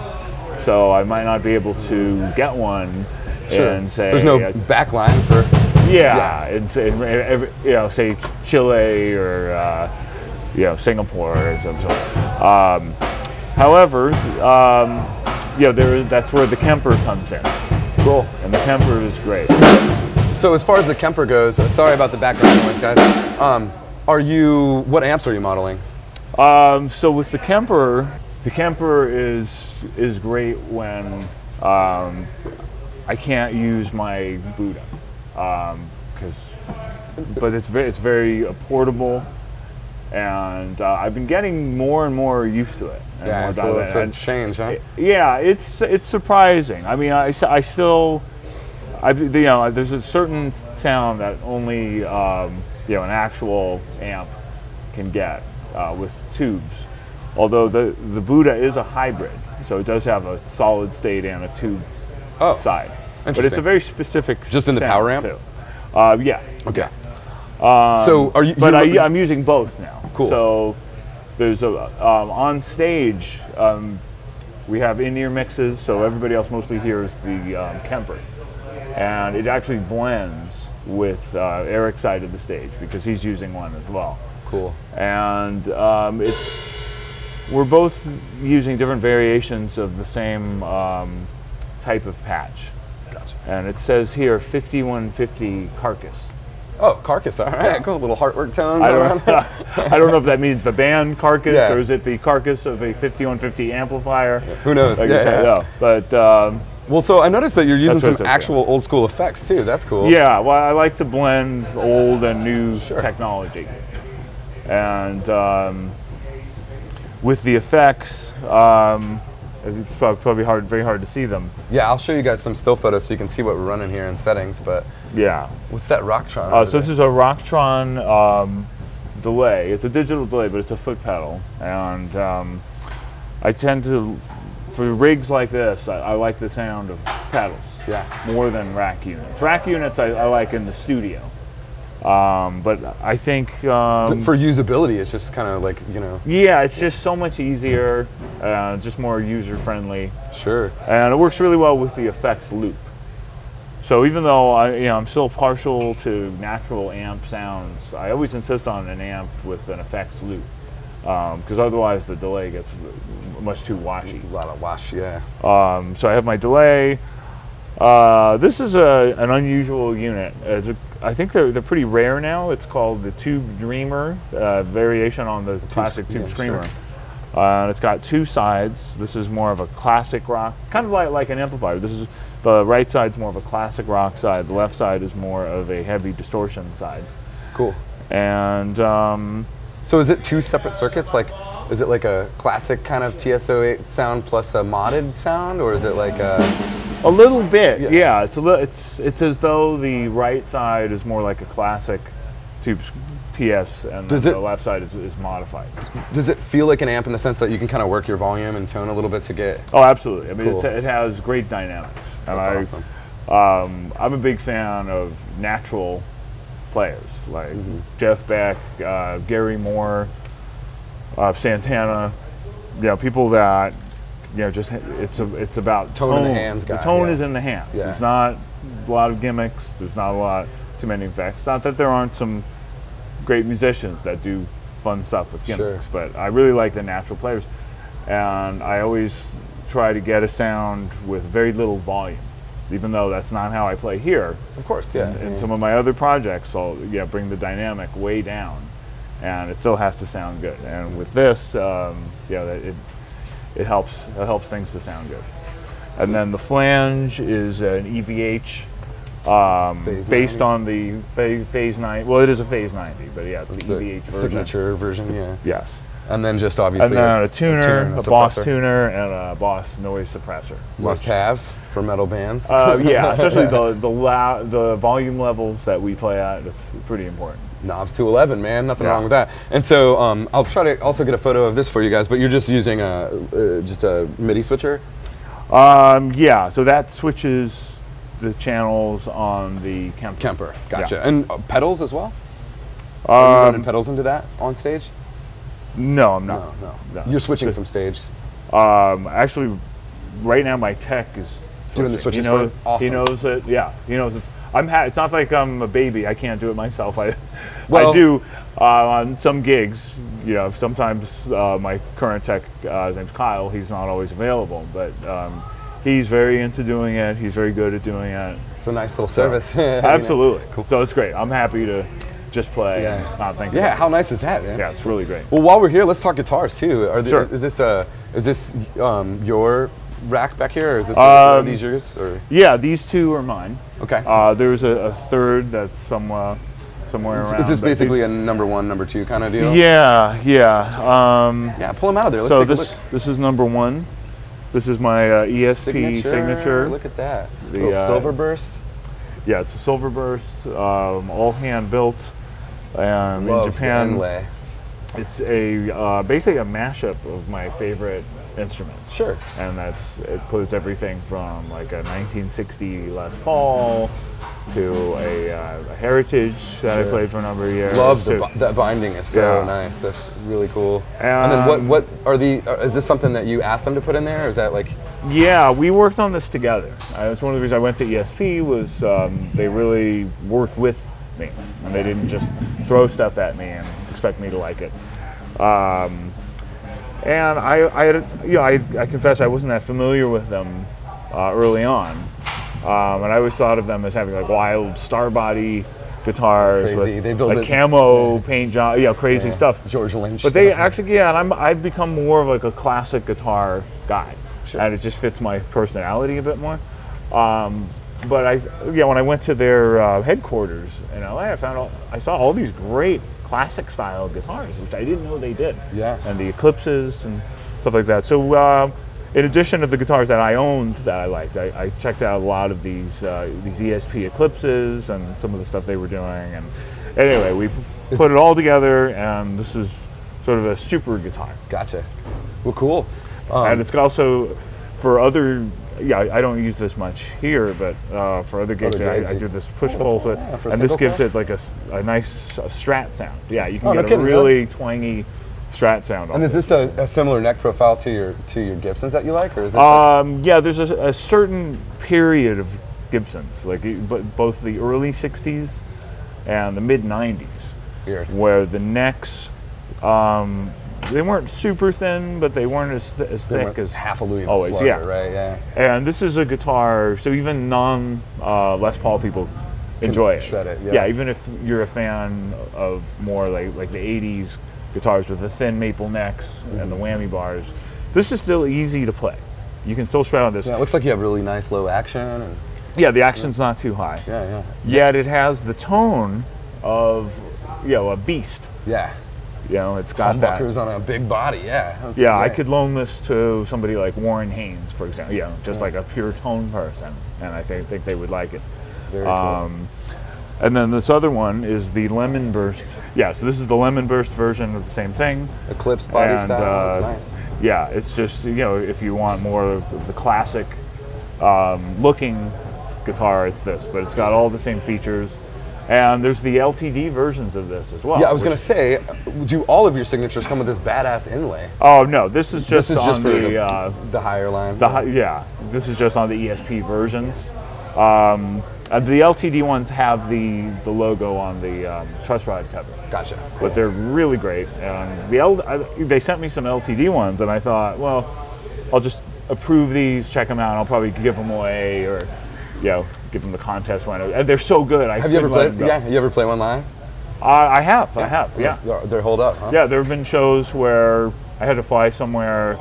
[SPEAKER 3] so I might not be able to get one and say
[SPEAKER 1] There's no
[SPEAKER 3] uh,
[SPEAKER 1] backline for.
[SPEAKER 3] yeah, and say every, you know say Chile or uh, you know Singapore or some sort. Um, however, um, you know there that's where the Kemper comes in,
[SPEAKER 1] Cool.
[SPEAKER 3] and the Kemper is great.
[SPEAKER 1] So as far as the Kemper goes, uh, sorry about the background noise, guys. Um, are you? What amps are you modeling?
[SPEAKER 3] Um, so with the Kemper, the Kemper is is great when um, I can't use my um, Buddha because, but it's very, it's very uh, portable. and uh, I've been getting more and more used to it. and
[SPEAKER 1] Yeah,
[SPEAKER 3] more
[SPEAKER 1] so
[SPEAKER 3] dialed
[SPEAKER 1] it's
[SPEAKER 3] in.
[SPEAKER 1] a change, huh?
[SPEAKER 3] yeah, it's it's surprising. I mean, I, s- I still, I you know, there's a certain sound that only um, you know an actual amp can get uh, with tubes. Although the the Buddha is a hybrid, so it does have a solid state and a tube
[SPEAKER 1] Oh,
[SPEAKER 3] side. But it's a
[SPEAKER 1] Interesting.
[SPEAKER 3] very specific.
[SPEAKER 1] Just in the
[SPEAKER 3] sound,
[SPEAKER 1] power amp?
[SPEAKER 3] too. Uh, yeah,
[SPEAKER 1] Okay. so are you?
[SPEAKER 3] Um, but
[SPEAKER 1] you
[SPEAKER 3] I, I'm using both now.
[SPEAKER 1] Cool.
[SPEAKER 3] So there's a um, on stage. Um, we have in-ear mixes, so everybody else mostly hears the um, Kemper, and it actually blends with uh, Eric's side of the stage because he's using one as well.
[SPEAKER 1] cool.
[SPEAKER 3] And um, it's we're both using different variations of the same um, type of patch,
[SPEAKER 1] Gotcha.
[SPEAKER 3] and it says here 5150 carcass.
[SPEAKER 1] Oh, carcass. All right, cool. Little heartwork tone.
[SPEAKER 3] I
[SPEAKER 1] going
[SPEAKER 3] don't,
[SPEAKER 1] on.
[SPEAKER 3] I don't know if that means the band carcass
[SPEAKER 1] Yeah.
[SPEAKER 3] or is it the carcass of a 5150 amplifier.
[SPEAKER 1] Who knows?
[SPEAKER 3] I
[SPEAKER 1] Yeah,
[SPEAKER 3] guess I
[SPEAKER 1] yeah.
[SPEAKER 3] know. But um,
[SPEAKER 1] Well, so I noticed that you're using
[SPEAKER 3] That's what
[SPEAKER 1] some
[SPEAKER 3] it says, yeah.
[SPEAKER 1] actual old school effects too. That's cool.
[SPEAKER 3] yeah, well, I like to blend old and new technology. And um, with the effects, um, it's prob- probably hard, very hard to see them.
[SPEAKER 1] Yeah, I'll show you guys some still photos so you can see what we're running here in settings. But
[SPEAKER 3] Yeah.
[SPEAKER 1] what's that Rocktron?
[SPEAKER 3] Uh,
[SPEAKER 1] over
[SPEAKER 3] so this
[SPEAKER 1] there?
[SPEAKER 3] is a Rocktron um, delay. It's a digital delay, but it's a foot pedal, and um, I tend to, for rigs like this, I, I like the sound of pedals
[SPEAKER 1] Yeah.
[SPEAKER 3] more than rack units. Rack units I, I like in the studio, um, but I think um,
[SPEAKER 1] for usability, it's just kind of like you know,
[SPEAKER 3] yeah, it's just so much easier, uh, just more user friendly
[SPEAKER 1] sure.
[SPEAKER 3] and it works really well with the effects loop. So even though I, you know, I'm still partial to natural amp sounds, I always insist on an amp with an effects loop because otherwise the delay gets much too washy.
[SPEAKER 1] A lot of wash. Yeah.
[SPEAKER 3] Um, so I have my delay. Uh, this is a, an unusual unit. It's a, I think they're, they're pretty rare now. It's called the Tube Dreamer, uh, variation on the classic
[SPEAKER 1] sc-
[SPEAKER 3] Tube
[SPEAKER 1] yeah,
[SPEAKER 3] Screamer. Uh, and it's got two sides. This is more of a classic rock, kind of like, like an amplifier. This is the right side's more of a classic rock side. The left side is more of a heavy distortion side.
[SPEAKER 1] Cool.
[SPEAKER 3] And um,
[SPEAKER 1] So is it two separate circuits? Like, is it like a classic kind of TSO8 sound plus a modded sound, or is it like a?
[SPEAKER 3] A little bit,
[SPEAKER 1] Yeah.
[SPEAKER 3] yeah. it's a little. It's it's as though the right side is more like a classic tube s- TS, and
[SPEAKER 1] Does
[SPEAKER 3] then
[SPEAKER 1] it-
[SPEAKER 3] the left side is, is modified.
[SPEAKER 1] Does it feel like an amp in the sense that you can kind of work your volume and tone a little bit to get?
[SPEAKER 3] Oh, absolutely. I mean,
[SPEAKER 1] Cool.
[SPEAKER 3] it's, it has great dynamics. And
[SPEAKER 1] That's
[SPEAKER 3] I,
[SPEAKER 1] awesome.
[SPEAKER 3] Um, I'm a big fan of natural players like
[SPEAKER 1] Mm-hmm.
[SPEAKER 3] Jeff Beck, uh, Gary Moore, uh, Santana. You know, people that you know just it's a, it's about
[SPEAKER 1] Tone in the hands
[SPEAKER 3] The
[SPEAKER 1] guy,
[SPEAKER 3] tone
[SPEAKER 1] yeah.
[SPEAKER 3] is in the hands.
[SPEAKER 1] Yeah.
[SPEAKER 3] It's not a lot of gimmicks. There's not a lot too many effects. Not that there aren't some great musicians that do fun stuff with gimmicks, but I really like the natural players. And I always try to get a sound with very little volume, even though that's not how I play here.
[SPEAKER 1] Of course, yeah.
[SPEAKER 3] In some of my other projects, I'll yeah, bring the dynamic way down, and it still has to sound good. And with this, um, yeah, that- it, it helps it helps things to sound good. And then the flange is an EVH um,
[SPEAKER 1] Phase
[SPEAKER 3] based
[SPEAKER 1] 90.
[SPEAKER 3] on the phase, phase 90. Well, it is a phase 90, but yeah, it's,
[SPEAKER 1] It's
[SPEAKER 3] the
[SPEAKER 1] the
[SPEAKER 3] EVH version.
[SPEAKER 1] signature version, yeah.
[SPEAKER 3] Yes.
[SPEAKER 1] And then just
[SPEAKER 3] And
[SPEAKER 1] obviously
[SPEAKER 3] then a tuner,
[SPEAKER 1] and
[SPEAKER 3] a, boss
[SPEAKER 1] suppressor.
[SPEAKER 3] tuner, and a boss noise suppressor.
[SPEAKER 1] Must have for metal bands.
[SPEAKER 3] Uh, yeah, especially the the, la- the volume levels that we play at. It's pretty important.
[SPEAKER 1] knobs to 11 man nothing
[SPEAKER 3] Yeah.
[SPEAKER 1] wrong with that and so um, i'll try to also get a photo of this for you guys but you're just using a uh, just a midi switcher
[SPEAKER 3] Um, yeah, so that switches the channels on the Kemper.
[SPEAKER 1] kemper gotcha
[SPEAKER 3] Yeah. Um,
[SPEAKER 1] and uh, pedals as well are you running pedals into that on stage
[SPEAKER 3] No, I'm
[SPEAKER 1] no
[SPEAKER 3] not.
[SPEAKER 1] no,
[SPEAKER 3] no.
[SPEAKER 1] you're switching from stage
[SPEAKER 3] Um, actually, right now my tech is
[SPEAKER 1] Doing the
[SPEAKER 3] switching.
[SPEAKER 1] switches
[SPEAKER 3] He knows,
[SPEAKER 1] for it? Awesome.
[SPEAKER 3] He knows it. Yeah, he knows it's. I'm. Ha- it's not like I'm a baby. I can't do it myself. I,
[SPEAKER 1] Well-
[SPEAKER 3] I do uh, on some gigs. You know, sometimes uh, my current tech, uh, his name's Kyle. He's not always available, but um, he's very into doing it. He's very good at doing it.
[SPEAKER 1] it's a nice little service You know?
[SPEAKER 3] Absolutely. So it's great. I'm happy to just play
[SPEAKER 1] Yeah.
[SPEAKER 3] and not think.
[SPEAKER 1] yeah
[SPEAKER 3] about
[SPEAKER 1] how nice is that man
[SPEAKER 3] it. Oh, Yeah, it's really great.
[SPEAKER 1] well while we're here let's talk guitars too are there,
[SPEAKER 3] Sure.
[SPEAKER 1] is this uh is this um, your rack back here or is this are
[SPEAKER 3] Um,
[SPEAKER 1] these yours or
[SPEAKER 3] Yeah, these two are mine.
[SPEAKER 1] okay
[SPEAKER 3] Uh, there's a, a third that's somewhere somewhere
[SPEAKER 1] Is-
[SPEAKER 3] around.
[SPEAKER 1] Is this
[SPEAKER 3] but these-
[SPEAKER 1] basically a number one, number two kind of deal?
[SPEAKER 3] Yeah, yeah. Um,
[SPEAKER 1] Yeah, pull them out of there. Let's
[SPEAKER 3] so
[SPEAKER 1] take
[SPEAKER 3] this
[SPEAKER 1] a look.
[SPEAKER 3] this is number one. This is my uh, ESP signature.
[SPEAKER 1] Look at that.
[SPEAKER 3] The,
[SPEAKER 1] Little
[SPEAKER 3] uh,
[SPEAKER 1] silver burst.
[SPEAKER 3] Yeah, it's a silver burst, um, all hand built. Um,
[SPEAKER 1] Love
[SPEAKER 3] in
[SPEAKER 1] the
[SPEAKER 3] Japan,
[SPEAKER 1] inlay.
[SPEAKER 3] it's a uh, basically a mashup of my favorite instruments.
[SPEAKER 1] Sure.
[SPEAKER 3] and that's it includes everything from like a 1960 Les Paul to a, uh, a Heritage that I
[SPEAKER 1] Sure.
[SPEAKER 3] played for a number of years.
[SPEAKER 1] Love the,
[SPEAKER 3] to-
[SPEAKER 1] bi- that binding is so
[SPEAKER 3] Yeah.
[SPEAKER 1] nice. That's really cool. and then what
[SPEAKER 3] Um,
[SPEAKER 1] what are the uh, is this something that you asked them to put in there or is that like
[SPEAKER 3] Yeah, we worked on this together. Uh, That's one of the reasons I went to ESP was um, they really worked with me. And they didn't just throw stuff at me and expect me to like it. Um, and I, I, you know, I, I confess I wasn't that familiar with them uh, early on. Um, and I always thought of them as having like wild star body guitars
[SPEAKER 1] Crazy.
[SPEAKER 3] with
[SPEAKER 1] They build
[SPEAKER 3] like
[SPEAKER 1] it-
[SPEAKER 3] camo paint job, you know, crazy stuff.
[SPEAKER 1] George Lynch?
[SPEAKER 3] But they
[SPEAKER 1] stuff?
[SPEAKER 3] actually, yeah, and I'm, I've become more of like a classic guitar guy,
[SPEAKER 1] Sure.
[SPEAKER 3] and it just fits my personality a bit more. Um, but I, yeah, when I went to their uh, headquarters in LA, I found all, I saw all these great classic style guitars, which I didn't know they did.
[SPEAKER 1] Yeah.
[SPEAKER 3] And the Eclipses and stuff like that. So. Um, in addition to the guitars that I owned that I liked, I, I checked out a lot of these uh, these ESP Eclipses and some of the stuff they were doing. And anyway, we
[SPEAKER 1] Is-
[SPEAKER 3] put it all together, and this is sort of a super guitar.
[SPEAKER 1] gotcha. Well, cool. Um,
[SPEAKER 3] and it's also for other. Yeah, I I don't use this much here, but uh, for other gigs,
[SPEAKER 1] Other
[SPEAKER 3] I-
[SPEAKER 1] gigs,
[SPEAKER 3] I,
[SPEAKER 1] you-
[SPEAKER 3] do this push pull, so-
[SPEAKER 1] yeah, for a
[SPEAKER 3] and this
[SPEAKER 1] single
[SPEAKER 3] gives
[SPEAKER 1] pull?
[SPEAKER 3] it like a, s- a nice uh, strat sound. Yeah, you can
[SPEAKER 1] Oh, no
[SPEAKER 3] get a
[SPEAKER 1] kidding, really?
[SPEAKER 3] really twangy strat sound.
[SPEAKER 1] And is
[SPEAKER 3] off it.
[SPEAKER 1] this a, a similar neck profile to your to your Gibsons that you like or is this like-
[SPEAKER 3] Um, yeah, there's a, a certain period of Gibsons, like you- but both the early '60s and the mid '90s,
[SPEAKER 1] Weird.
[SPEAKER 3] where the necks um, they weren't super thin, but they weren't as, th- as
[SPEAKER 1] they
[SPEAKER 3] thick
[SPEAKER 1] went
[SPEAKER 3] as
[SPEAKER 1] half a Louis
[SPEAKER 3] always,
[SPEAKER 1] slugger,
[SPEAKER 3] yeah.
[SPEAKER 1] right? Yeah.
[SPEAKER 3] And this is a guitar, so even non uh, Les Paul people enjoy it.
[SPEAKER 1] shred it, yeah.
[SPEAKER 3] even if you're a fan of more like like the '80s guitars with the thin maple necks and the
[SPEAKER 1] Mm-hmm.
[SPEAKER 3] whammy bars, this is still easy to play. You can still shred on this.
[SPEAKER 1] Yeah, it looks like you have really nice low action and
[SPEAKER 3] Yeah, the action's not too high.
[SPEAKER 1] yeah, yeah.
[SPEAKER 3] Yet it has the tone of, you know, a beast.
[SPEAKER 1] Yeah.
[SPEAKER 3] You know, it's got that.
[SPEAKER 1] Humbuckers on a big body, yeah. that's
[SPEAKER 3] Yeah, I
[SPEAKER 1] great.
[SPEAKER 3] could loan this to somebody like Warren Haynes, for example. Yeah, just like a pure tone person, and I think, think they would like it.
[SPEAKER 1] Very cool.
[SPEAKER 3] um, And then this other one is the Lemon Burst. Yeah, so this is the Lemon Burst version of the same thing.
[SPEAKER 1] Eclipse body
[SPEAKER 3] and,
[SPEAKER 1] style.
[SPEAKER 3] uh,
[SPEAKER 1] that's nice.
[SPEAKER 3] Yeah, it's just you know if you want more of the classic um, looking guitar, it's this, but it's got all the same features. And there's the LTD versions of this as well.
[SPEAKER 1] Yeah, I was
[SPEAKER 3] which-
[SPEAKER 1] gonna say, do all of your signatures come with this badass inlay?
[SPEAKER 3] Oh no, this is just
[SPEAKER 1] This is
[SPEAKER 3] on
[SPEAKER 1] just for
[SPEAKER 3] the,
[SPEAKER 1] the-
[SPEAKER 3] uh,
[SPEAKER 1] The higher line.
[SPEAKER 3] the hi- yeah. This is just on the ESP versions. Um, uh, the LTD ones have the the logo on the um, truss rod cover.
[SPEAKER 1] gotcha.
[SPEAKER 3] but they're really great. And the L, I, they sent me some LTD ones, and I thought, well, I'll just approve these, check them out. and I'll probably give them away, or you know, give them the contest one. And they're so good. I
[SPEAKER 1] Have you ever
[SPEAKER 3] couldn't let
[SPEAKER 1] played?
[SPEAKER 3] them go.
[SPEAKER 1] Yeah, you ever play one live?
[SPEAKER 3] I, I have. I have. Yeah.
[SPEAKER 1] They're, they're holed up, huh?
[SPEAKER 3] Yeah. There have been shows where I had to fly somewhere.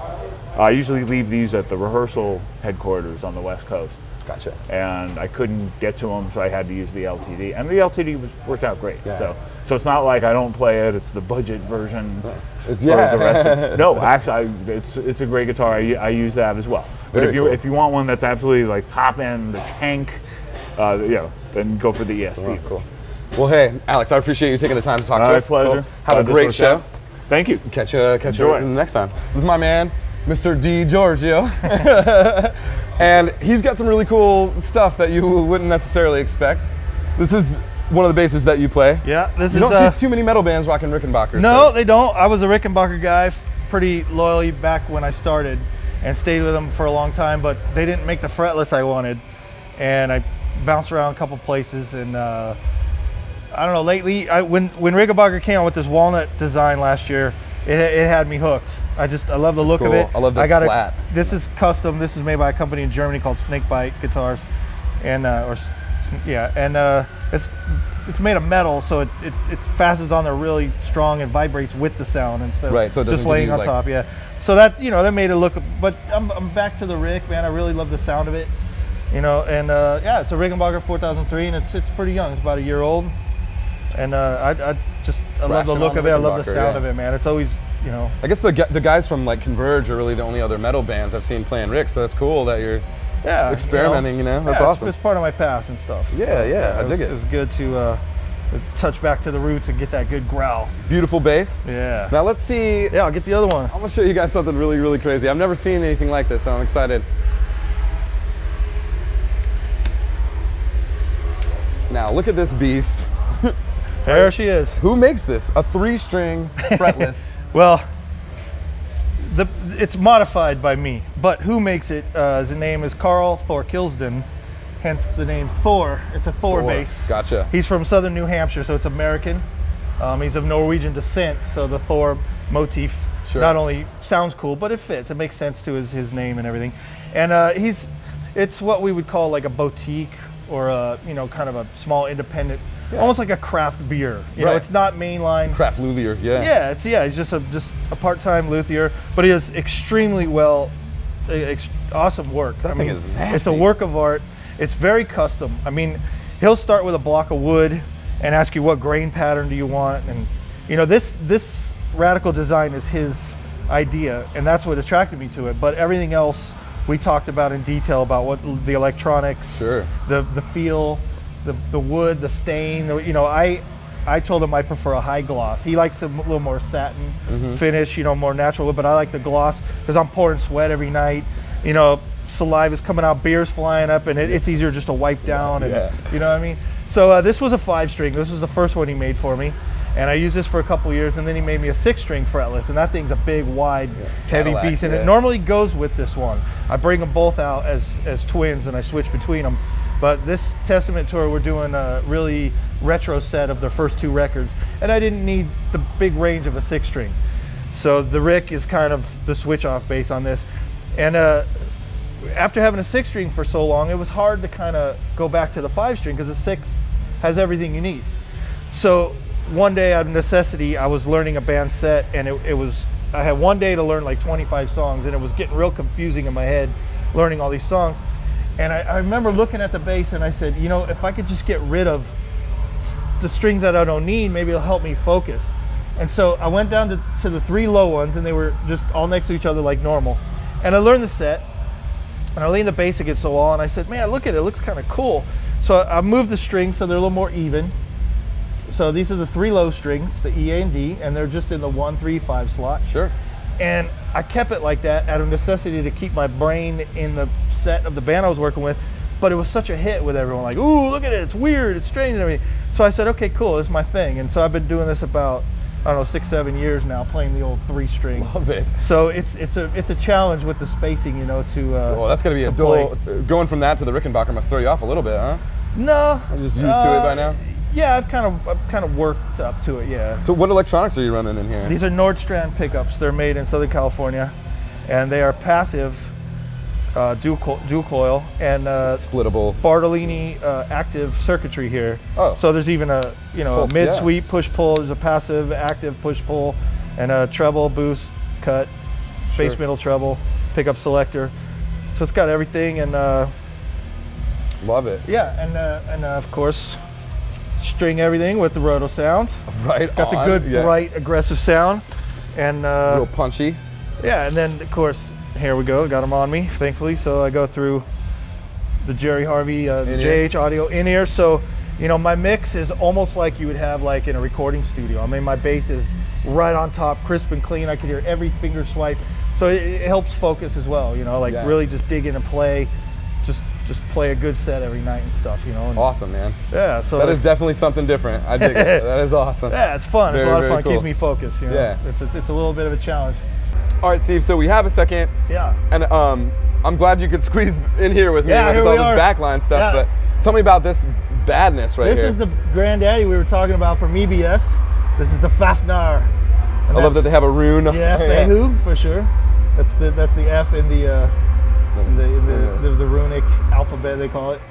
[SPEAKER 3] I usually leave these at the rehearsal headquarters on the West Coast,
[SPEAKER 1] Gotcha.
[SPEAKER 3] and I couldn't get to them, so I had to use the LTD. And the LTD was, worked out great.
[SPEAKER 1] Yeah.
[SPEAKER 3] So, so it's not like I don't play it. It's the budget version
[SPEAKER 1] It's-
[SPEAKER 3] for
[SPEAKER 1] yeah.
[SPEAKER 3] the rest of- no, actually, I, it's it's a great guitar. I, I use that as well. But
[SPEAKER 1] Very
[SPEAKER 3] if you
[SPEAKER 1] cool.
[SPEAKER 3] if you want one that's absolutely like top end, the tank, uh, you know, then go for the E
[SPEAKER 1] Oh,
[SPEAKER 3] ESP.
[SPEAKER 1] cool. Well, hey, Alex, I appreciate you taking the time to talk to
[SPEAKER 3] My
[SPEAKER 1] us.
[SPEAKER 3] pleasure.
[SPEAKER 1] Well, have a
[SPEAKER 3] Glad this
[SPEAKER 1] great
[SPEAKER 3] worked
[SPEAKER 1] show.
[SPEAKER 3] out. Thank you.
[SPEAKER 1] Catch you, catch you
[SPEAKER 3] Enjoy.
[SPEAKER 1] next time. This is my man, Mr. D. Giorgio, and he's got some really cool stuff that you wouldn't necessarily expect. This is one of the basses that you play.
[SPEAKER 4] Yeah, this
[SPEAKER 1] You
[SPEAKER 4] is.
[SPEAKER 1] don't
[SPEAKER 4] uh,
[SPEAKER 1] see too many metal bands rocking Rickenbacker.
[SPEAKER 4] no,
[SPEAKER 1] so-
[SPEAKER 4] they don't. I was a Rickenbacker guy, f- pretty loyally back when I started, and stayed with them for a long time. But they didn't make the fretless I wanted, and I bounced around a couple places. And uh, I don't know. Lately, I, when when Rickenbacker came out with this walnut design last year, it, it had me hooked. I just I love the look
[SPEAKER 1] cool.
[SPEAKER 4] of it.
[SPEAKER 1] I love that it's
[SPEAKER 4] got a-
[SPEAKER 1] flat.
[SPEAKER 4] This is custom. This is made by a company in Germany called Snakebite Guitars, and uh, or s- s- yeah, and uh, it's it's made of metal, so it, it it fastens on there really strong and vibrates with the sound instead of
[SPEAKER 1] Right, so it doesn't
[SPEAKER 4] just
[SPEAKER 1] give
[SPEAKER 4] laying
[SPEAKER 1] you,
[SPEAKER 4] on
[SPEAKER 1] like-
[SPEAKER 4] top. Yeah, so that you know that made it look. But I'm, I'm back to the Rick, man. I really love the sound of it, you know, and uh, yeah, it's a Rickenbacker 4003, and it's it's pretty young. It's about a year old. And uh, I, I just I love the
[SPEAKER 1] Thrashing
[SPEAKER 4] look
[SPEAKER 1] on
[SPEAKER 4] of
[SPEAKER 1] the
[SPEAKER 4] it. I love the
[SPEAKER 1] Rickenbacker,
[SPEAKER 4] sound
[SPEAKER 1] yeah.
[SPEAKER 4] of it, man. It's always you know
[SPEAKER 1] I guess the gu- the guys from like Converge are really the only other metal bands I've seen playing Rick, so that's cool that you're
[SPEAKER 4] yeah you know.
[SPEAKER 1] experimenting, you know? That's
[SPEAKER 4] Yeah, it's-
[SPEAKER 1] awesome.
[SPEAKER 4] It's, part of my past and stuff.
[SPEAKER 1] Yeah, yeah, I
[SPEAKER 4] was-
[SPEAKER 1] dig
[SPEAKER 4] It
[SPEAKER 1] it.
[SPEAKER 4] was good to uh, touch back to the roots and get that good growl.
[SPEAKER 1] Beautiful bass.
[SPEAKER 4] Yeah.
[SPEAKER 1] Now let's see.
[SPEAKER 4] yeah, I'll get the other one.
[SPEAKER 1] I'm gonna show you guys something really, really crazy. I've never seen anything like this, so I'm excited. Now look at this beast.
[SPEAKER 4] There she is.
[SPEAKER 1] Who makes this? A three-string fretless.
[SPEAKER 4] Well, the, it's modified by me, but who makes it? Uh, his name is Carl Thor Kilsden, hence the name Thor. It's a Thor,
[SPEAKER 1] Thor.
[SPEAKER 4] base.
[SPEAKER 1] Gotcha.
[SPEAKER 4] He's from southern New Hampshire, so it's American. Um, he's of Norwegian descent, so the Thor motif
[SPEAKER 1] Sure.
[SPEAKER 4] not only sounds cool, but it fits. It makes sense to his, his name and everything. And uh, he's, it's what we would call like a boutique or a, you know, kind of a small independent, almost like a craft beer. You know,
[SPEAKER 1] Right.
[SPEAKER 4] it's not mainline.
[SPEAKER 1] Craft luthier. Yeah.
[SPEAKER 4] Yeah, it's yeah, he's just a just a part-time luthier, but he is extremely well, e- ex- awesome work.
[SPEAKER 1] That thing is
[SPEAKER 4] It's
[SPEAKER 1] nasty.
[SPEAKER 4] a work of art. It's very custom. I mean, he'll start with a block of wood and ask you what grain pattern do you want, and you know this this radical design is his idea, and that's what attracted me to it. But everything else we talked about in detail about what l- the electronics,
[SPEAKER 1] Sure.
[SPEAKER 4] the the feel, the the wood, the stain. The, you know, I I told him I prefer a high gloss. He likes a m- little more satin
[SPEAKER 1] Mm-hmm.
[SPEAKER 4] finish, you know, more natural. wood, But I like the gloss because I'm pouring sweat every night. You know, saliva's coming out, beer's flying up, and it, it's easier just to wipe down. And
[SPEAKER 1] Yeah.
[SPEAKER 4] you know what I mean. So uh, this was a five string. This was the first one he made for me. And I used this for a couple years, and then he made me a six-string fretless, and that thing's a big, wide, heavy
[SPEAKER 1] Cadillac,
[SPEAKER 4] beast. And
[SPEAKER 1] yeah.
[SPEAKER 4] it normally goes with this one. I bring them both out as as twins, and I switch between them. But this Testament tour, we're doing a really retro set of their first two records, and I didn't need the big range of a six-string. So the Rick is kind of the switch-off bass on this, and uh, after having a six string for so long, it was hard to kind of go back to the five string because the six has everything you need. So one day out of necessity, I was learning a band set, and it, it was I had one day to learn like 25 songs, and it was getting real confusing in my head, learning all these songs. And I, I remember looking at the bass, and I said, you know, if I could just get rid of the strings that I don't need, maybe it'll help me focus. And so I went down to, to the three low ones, and they were just all next to each other like normal. And I learned the set, and I leaned the bass against the wall, and I said, "Man, look at it. It looks kind of cool." So I I moved the strings so they're a little more even. So these are the three low strings, the E, A, and D, and they're just in the one, three, five slot.
[SPEAKER 1] Sure.
[SPEAKER 4] And I kept it like that out of necessity to keep my brain in the set of the band I was working with. But it was such a hit with everyone, like, ooh, look at it, it's weird, it's strange and everything. So I said, okay, cool, it's my thing. And so I've been doing this about, I don't know, six, seven years now, playing the old three string.
[SPEAKER 1] Love it.
[SPEAKER 4] So it's it's a it's a challenge with the spacing, you know, to uh
[SPEAKER 1] Well, that's gonna be a
[SPEAKER 4] play.
[SPEAKER 1] dull. Going from that to the Rickenbacker must throw you off a little bit, huh?
[SPEAKER 4] No. uh,
[SPEAKER 1] I'm just used to it by now.
[SPEAKER 4] Yeah, I've kind of I've kind of worked up to it, yeah.
[SPEAKER 1] So what electronics are you running in here?
[SPEAKER 4] These are Nordstrand pickups. They're made in Southern California, and they are passive uh, dual, co- dual coil and uh,
[SPEAKER 1] Splittable.
[SPEAKER 4] Bartolini uh, active circuitry here.
[SPEAKER 1] Oh.
[SPEAKER 4] So there's even a you know
[SPEAKER 1] Pull,
[SPEAKER 4] a
[SPEAKER 1] yeah.
[SPEAKER 4] mid sweep push pull. There's a passive active push pull, and a treble boost cut,
[SPEAKER 1] Sure.
[SPEAKER 4] bass middle treble, pickup selector. So it's got everything, and uh,
[SPEAKER 1] Love it.
[SPEAKER 4] yeah, and uh, and uh, of course, string everything with the roto sound.
[SPEAKER 1] Right.
[SPEAKER 4] Got the
[SPEAKER 1] on.
[SPEAKER 4] good,
[SPEAKER 1] Yeah.
[SPEAKER 4] bright, aggressive sound, and uh,
[SPEAKER 1] Real punchy.
[SPEAKER 4] yeah, and then of course here we go. Got them on me, thankfully. So I go through the Jerry Harvey, uh, the
[SPEAKER 1] In-ears.
[SPEAKER 4] JH Audio in ear. So you know my mix is almost like you would have like in a recording studio. I mean my bass is right on top, crisp and clean. I could hear every finger swipe. So it, it helps focus as well. You know, like
[SPEAKER 1] Yeah.
[SPEAKER 4] really just dig in and play, just just play a good set every night and stuff. You know. And,
[SPEAKER 1] Awesome, man.
[SPEAKER 4] Yeah. So
[SPEAKER 1] That is definitely something different. I dig it. That is awesome.
[SPEAKER 4] yeah, it's fun. it's
[SPEAKER 1] Very,
[SPEAKER 4] a lot of
[SPEAKER 1] very
[SPEAKER 4] fun. It
[SPEAKER 1] cool.
[SPEAKER 4] Keeps me focused. You know?
[SPEAKER 1] Yeah.
[SPEAKER 4] It's, it's it's a little bit of a challenge.
[SPEAKER 1] All right, Steve. So we have a second,
[SPEAKER 4] Yeah.
[SPEAKER 1] and um, I'm glad you could squeeze in here with me
[SPEAKER 4] Yeah,
[SPEAKER 1] with
[SPEAKER 4] here
[SPEAKER 1] all
[SPEAKER 4] we
[SPEAKER 1] this
[SPEAKER 4] are.
[SPEAKER 1] backline stuff.
[SPEAKER 4] Yeah.
[SPEAKER 1] But tell me about this badness right
[SPEAKER 4] This
[SPEAKER 1] here.
[SPEAKER 4] is the granddaddy we were talking about from EBS. This is the Fafnar. And
[SPEAKER 1] I love that
[SPEAKER 4] that's-
[SPEAKER 1] they have a rune.
[SPEAKER 4] Yeah, Fehu for sure. That's the that's the F in the uh, in the in the, the, the runic alphabet they call it.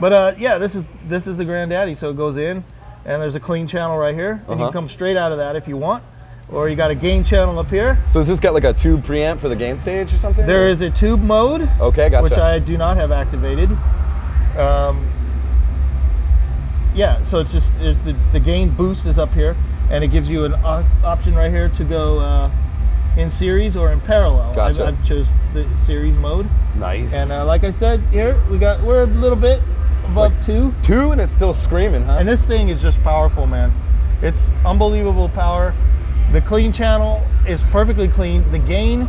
[SPEAKER 4] But uh, yeah, this is this is the granddaddy. So it goes in, and there's a clean channel right here, and you
[SPEAKER 1] Uh-huh.
[SPEAKER 4] can come straight out of that if you want, or you got a gain channel up here.
[SPEAKER 1] So has this got like a tube preamp for the gain stage or something?
[SPEAKER 4] There is a tube mode,
[SPEAKER 1] Okay, gotcha.
[SPEAKER 4] which I do not have activated. Um, yeah, so it's just it's the, the gain boost is up here, and it gives you an op- option right here to go uh, in series or in parallel.
[SPEAKER 1] Gotcha.
[SPEAKER 4] I've, I've chose the series mode,
[SPEAKER 1] Nice.
[SPEAKER 4] and uh, like I said, here we got we're a little bit above two,
[SPEAKER 1] Two and it's still screaming, huh?
[SPEAKER 4] and this thing is just powerful, man. It's unbelievable power. The clean channel is perfectly clean. The gain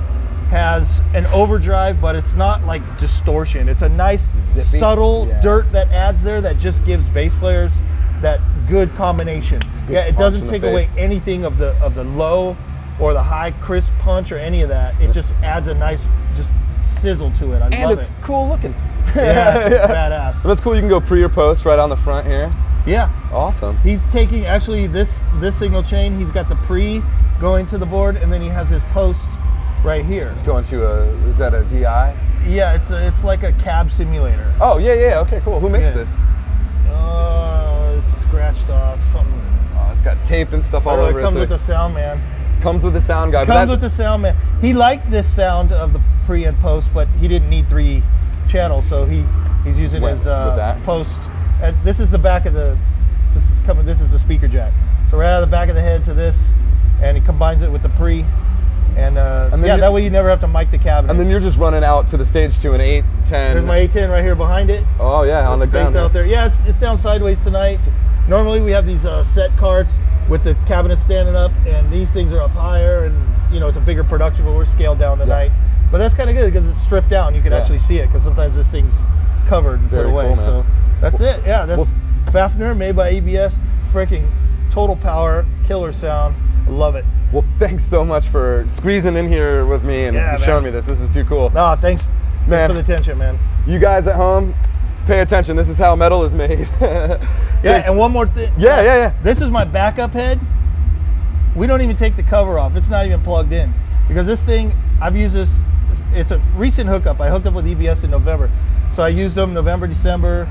[SPEAKER 4] has an overdrive, but it's not like distortion. It's a nice
[SPEAKER 1] Zippy?
[SPEAKER 4] subtle
[SPEAKER 1] Yeah.
[SPEAKER 4] dirt that adds there that just gives bass players that good combination. yeah, it
[SPEAKER 1] punch
[SPEAKER 4] doesn't
[SPEAKER 1] in the
[SPEAKER 4] take away
[SPEAKER 1] face.
[SPEAKER 4] anything of the of the low or the high crisp punch or any of that. It just adds a nice just sizzle to it. I
[SPEAKER 1] and
[SPEAKER 4] love
[SPEAKER 1] it's
[SPEAKER 4] it.
[SPEAKER 1] cool looking.
[SPEAKER 4] Yeah, it's badass.
[SPEAKER 1] That's cool. You can go pre or post right on the front here.
[SPEAKER 4] yeah.
[SPEAKER 1] Awesome.
[SPEAKER 4] He's taking actually this this signal chain. He's got the pre going to the board, and then he has his post right here.
[SPEAKER 1] It's going to a is that a DI?
[SPEAKER 4] Yeah, it's a, it's like a cab simulator.
[SPEAKER 1] Oh yeah, yeah. Okay, cool. Who makes
[SPEAKER 4] Yeah.
[SPEAKER 1] this?
[SPEAKER 4] Oh, it's scratched off something.
[SPEAKER 1] Oh, it's got tape and stuff all
[SPEAKER 4] Oh,
[SPEAKER 1] over
[SPEAKER 4] it comes
[SPEAKER 1] so
[SPEAKER 4] with the sound man.
[SPEAKER 1] comes with the sound guy. but
[SPEAKER 4] Comes
[SPEAKER 1] that-
[SPEAKER 4] with the sound man. He liked this sound of the pre and post, but he didn't need three channels, so he he's using
[SPEAKER 1] Went
[SPEAKER 4] his
[SPEAKER 1] with
[SPEAKER 4] uh,
[SPEAKER 1] that.
[SPEAKER 4] post. And this is the back of the. This is coming. This is the speaker jack. So right out of the back of the head to this, and he combines it with the pre, and, uh,
[SPEAKER 1] And then
[SPEAKER 4] yeah,
[SPEAKER 1] you-
[SPEAKER 4] that way you never have to mic the cabinet.
[SPEAKER 1] and then you're just running out to the stage to an eight, ten.
[SPEAKER 4] There's my A10 right here behind it.
[SPEAKER 1] oh yeah, on the
[SPEAKER 4] It's
[SPEAKER 1] ground.
[SPEAKER 4] face out there. Yeah, it's, it's down sideways tonight. Normally we have these uh, set carts with the cabinet standing up, and these things are up higher, and you know it's a bigger production, but we're scaled down tonight. But that's kind of good because it's stripped down. You can
[SPEAKER 1] Yeah.
[SPEAKER 4] actually see it because sometimes this thing's covered and
[SPEAKER 1] Very
[SPEAKER 4] put away.
[SPEAKER 1] cool, man.
[SPEAKER 4] so that's it. Yeah, that's Fafner made by ABS. Freaking total power, killer sound. Love it.
[SPEAKER 1] Well, thanks so much for squeezing in here with me and
[SPEAKER 4] Yeah, man.
[SPEAKER 1] showing me this. This is too cool.
[SPEAKER 4] Nah, Ah, thanks, thanks
[SPEAKER 1] Man.
[SPEAKER 4] for the attention, man.
[SPEAKER 1] You guys at home, pay attention. This is how metal is made.
[SPEAKER 4] Yeah,
[SPEAKER 1] Thanks.
[SPEAKER 4] and one more thing.
[SPEAKER 1] Yeah, yeah, yeah.
[SPEAKER 4] This is my backup head. We don't even take the cover off. It's not even plugged in because this thing I've used this. It's a recent hookup. I hooked up with EBS in November, so I used them November, December,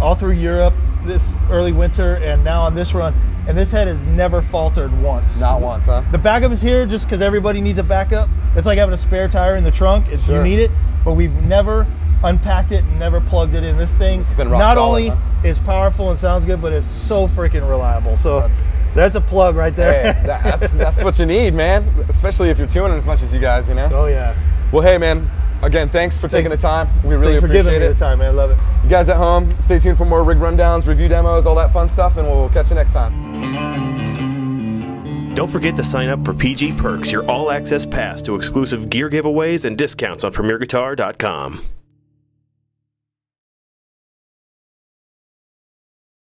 [SPEAKER 4] all through Europe this early winter, and now on this run. And this head has never faltered once.
[SPEAKER 1] Not once, huh?
[SPEAKER 4] The backup is here just because everybody needs a backup. It's like having a spare tire in the trunk. It's,
[SPEAKER 1] Sure.
[SPEAKER 4] You need it, but we've never unpacked it and never plugged it in. This thing
[SPEAKER 1] been rock
[SPEAKER 4] not
[SPEAKER 1] solid,
[SPEAKER 4] only
[SPEAKER 1] huh?
[SPEAKER 4] is powerful and sounds good, but it's so freaking reliable. So
[SPEAKER 1] That's-
[SPEAKER 4] that's, a plug right there.
[SPEAKER 1] Hey, that- that's that's what you need, man. Especially if you're tuning as much as you guys, you know.
[SPEAKER 4] oh yeah.
[SPEAKER 1] Well, hey, man. Again, thanks for taking
[SPEAKER 4] Thanks.
[SPEAKER 1] the time. We really
[SPEAKER 4] Thanks for
[SPEAKER 1] appreciate
[SPEAKER 4] giving me
[SPEAKER 1] it.
[SPEAKER 4] the time, man. I love it.
[SPEAKER 1] You guys at home, stay tuned for more rig rundowns, review demos, all that fun stuff, and we'll catch you next time.
[SPEAKER 5] Don't forget to sign up for PG Perks, your all access pass to exclusive gear giveaways and discounts on PremierGuitar.com.